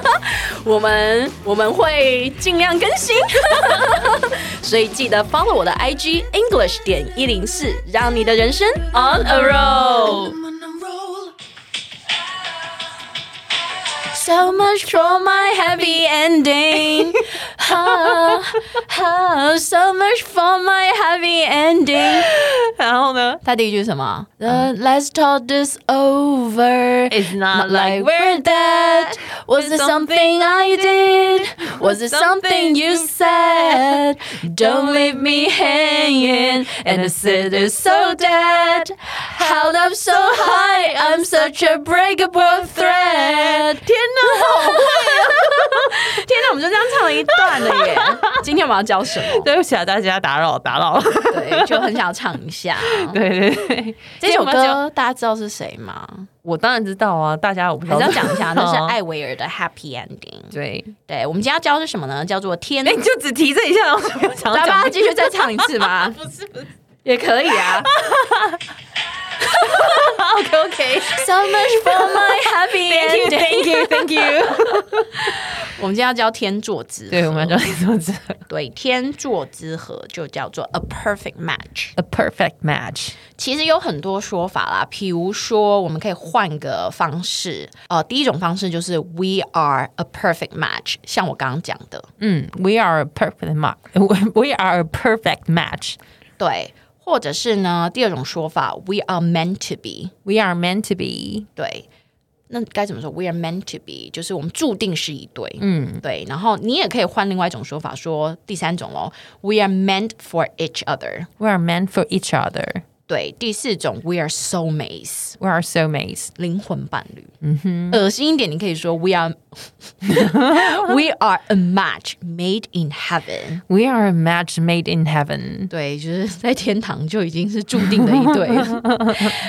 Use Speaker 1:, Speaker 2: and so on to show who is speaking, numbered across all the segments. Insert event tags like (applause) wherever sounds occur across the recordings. Speaker 1: (laughs) 我们我们会尽量更新， (laughs) 所以记得 follow 我的 IG English 点一零四，让你的人生 on a roll。
Speaker 2: I'm on a roll.
Speaker 1: So much for my happy ending. (laughs) Oh, oh, so much for my happy ending.
Speaker 3: 然后呢
Speaker 1: 他第一句是什么？Uh, Let's talk this over.
Speaker 3: ？It's
Speaker 1: Not
Speaker 3: not
Speaker 1: like
Speaker 3: like
Speaker 1: we're dead. Was it something I did? Was it something you said? Don't leave me hanging. And the city's so dead. Held up so high, I'm such a breakable thread. (laughs) 天哪，好会啊！ (laughs) 天哪，我们就这样唱了一段了耶。今天我们要教什么？
Speaker 3: 对不起啊，大家打扰打扰了。 (laughs)
Speaker 1: 对，就很想唱一 (laughs) 下。
Speaker 3: 对对对，
Speaker 1: 这首
Speaker 3: 今天我们要讲
Speaker 1: 歌大家知道是谁吗？
Speaker 3: 我当然知道啊，大家我不知
Speaker 1: 还
Speaker 3: 道
Speaker 1: 是要讲一下， (laughs) 那是
Speaker 3: 啊
Speaker 1: 艾薇儿的 Happy Ending。
Speaker 3: 对，
Speaker 1: 对，我们今天要教的是什么呢？叫做天。 (laughs)
Speaker 3: 哎，就只提这一下，我没有想要
Speaker 1: 来
Speaker 3: 讲
Speaker 1: 吧，继续再唱一次吧。不是，也可以
Speaker 3: (laughs)
Speaker 1: 啊。
Speaker 3: OK OK。
Speaker 1: (laughs) So much for my (laughs) happy
Speaker 3: Thank you,
Speaker 1: ending。
Speaker 3: thank you, thank you。
Speaker 1: 我们今天要教天作之合
Speaker 3: 对，我们要教你怎么做
Speaker 1: 对天作之合就叫做 a perfect match。
Speaker 3: a perfect match。
Speaker 1: 其实有很多说法啦，比如说我们可以换个方式。呃，第一种方式就是 we are a perfect match，像我刚刚讲的，
Speaker 3: 嗯，We are a perfect match. (laughs) We are a perfect match.
Speaker 1: 对。或者是呢，第二种说法，we are，uh, meant to be。
Speaker 3: We are meant to be.
Speaker 1: 对，那该怎么说？We are meant to be，就是我们注定是一对。嗯，对。然后你也可以换另外一种说法，说第三种喽，We are meant for each other。
Speaker 3: We are meant for each other.
Speaker 1: 对，第四种，We are soulmates，
Speaker 3: We are soulmates.
Speaker 1: 灵魂伴侣。嗯哼，恶心一点，你可以说 We are (laughs) We are a match made in heaven。
Speaker 3: We are a match made in heaven.
Speaker 1: 对，就是在天堂就已经是注定的一对 (laughs) 了，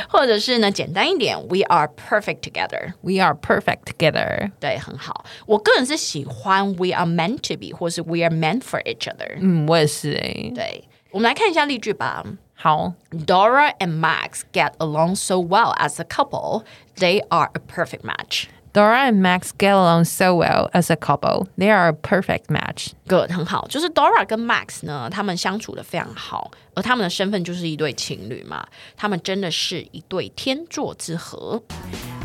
Speaker 1: 或者是呢，简单一点，We are perfect together。
Speaker 3: We are perfect together.
Speaker 1: 对，很好。我个人是喜欢 We are meant to be，或是 We are meant for each other。
Speaker 3: 嗯，我也是欸。
Speaker 1: 对，我们来看一下例句吧。
Speaker 3: 好。
Speaker 1: Dora and Max get along so well as a couple. They are a perfect match.
Speaker 3: Dora and Max get along so well as a couple. They are a perfect (laughs) match.
Speaker 1: Good，很好。就是 Dora 跟 Max 呢，他们相处的非常好，而他们的身份就是一对情侣嘛。他们真的是一对天作之合。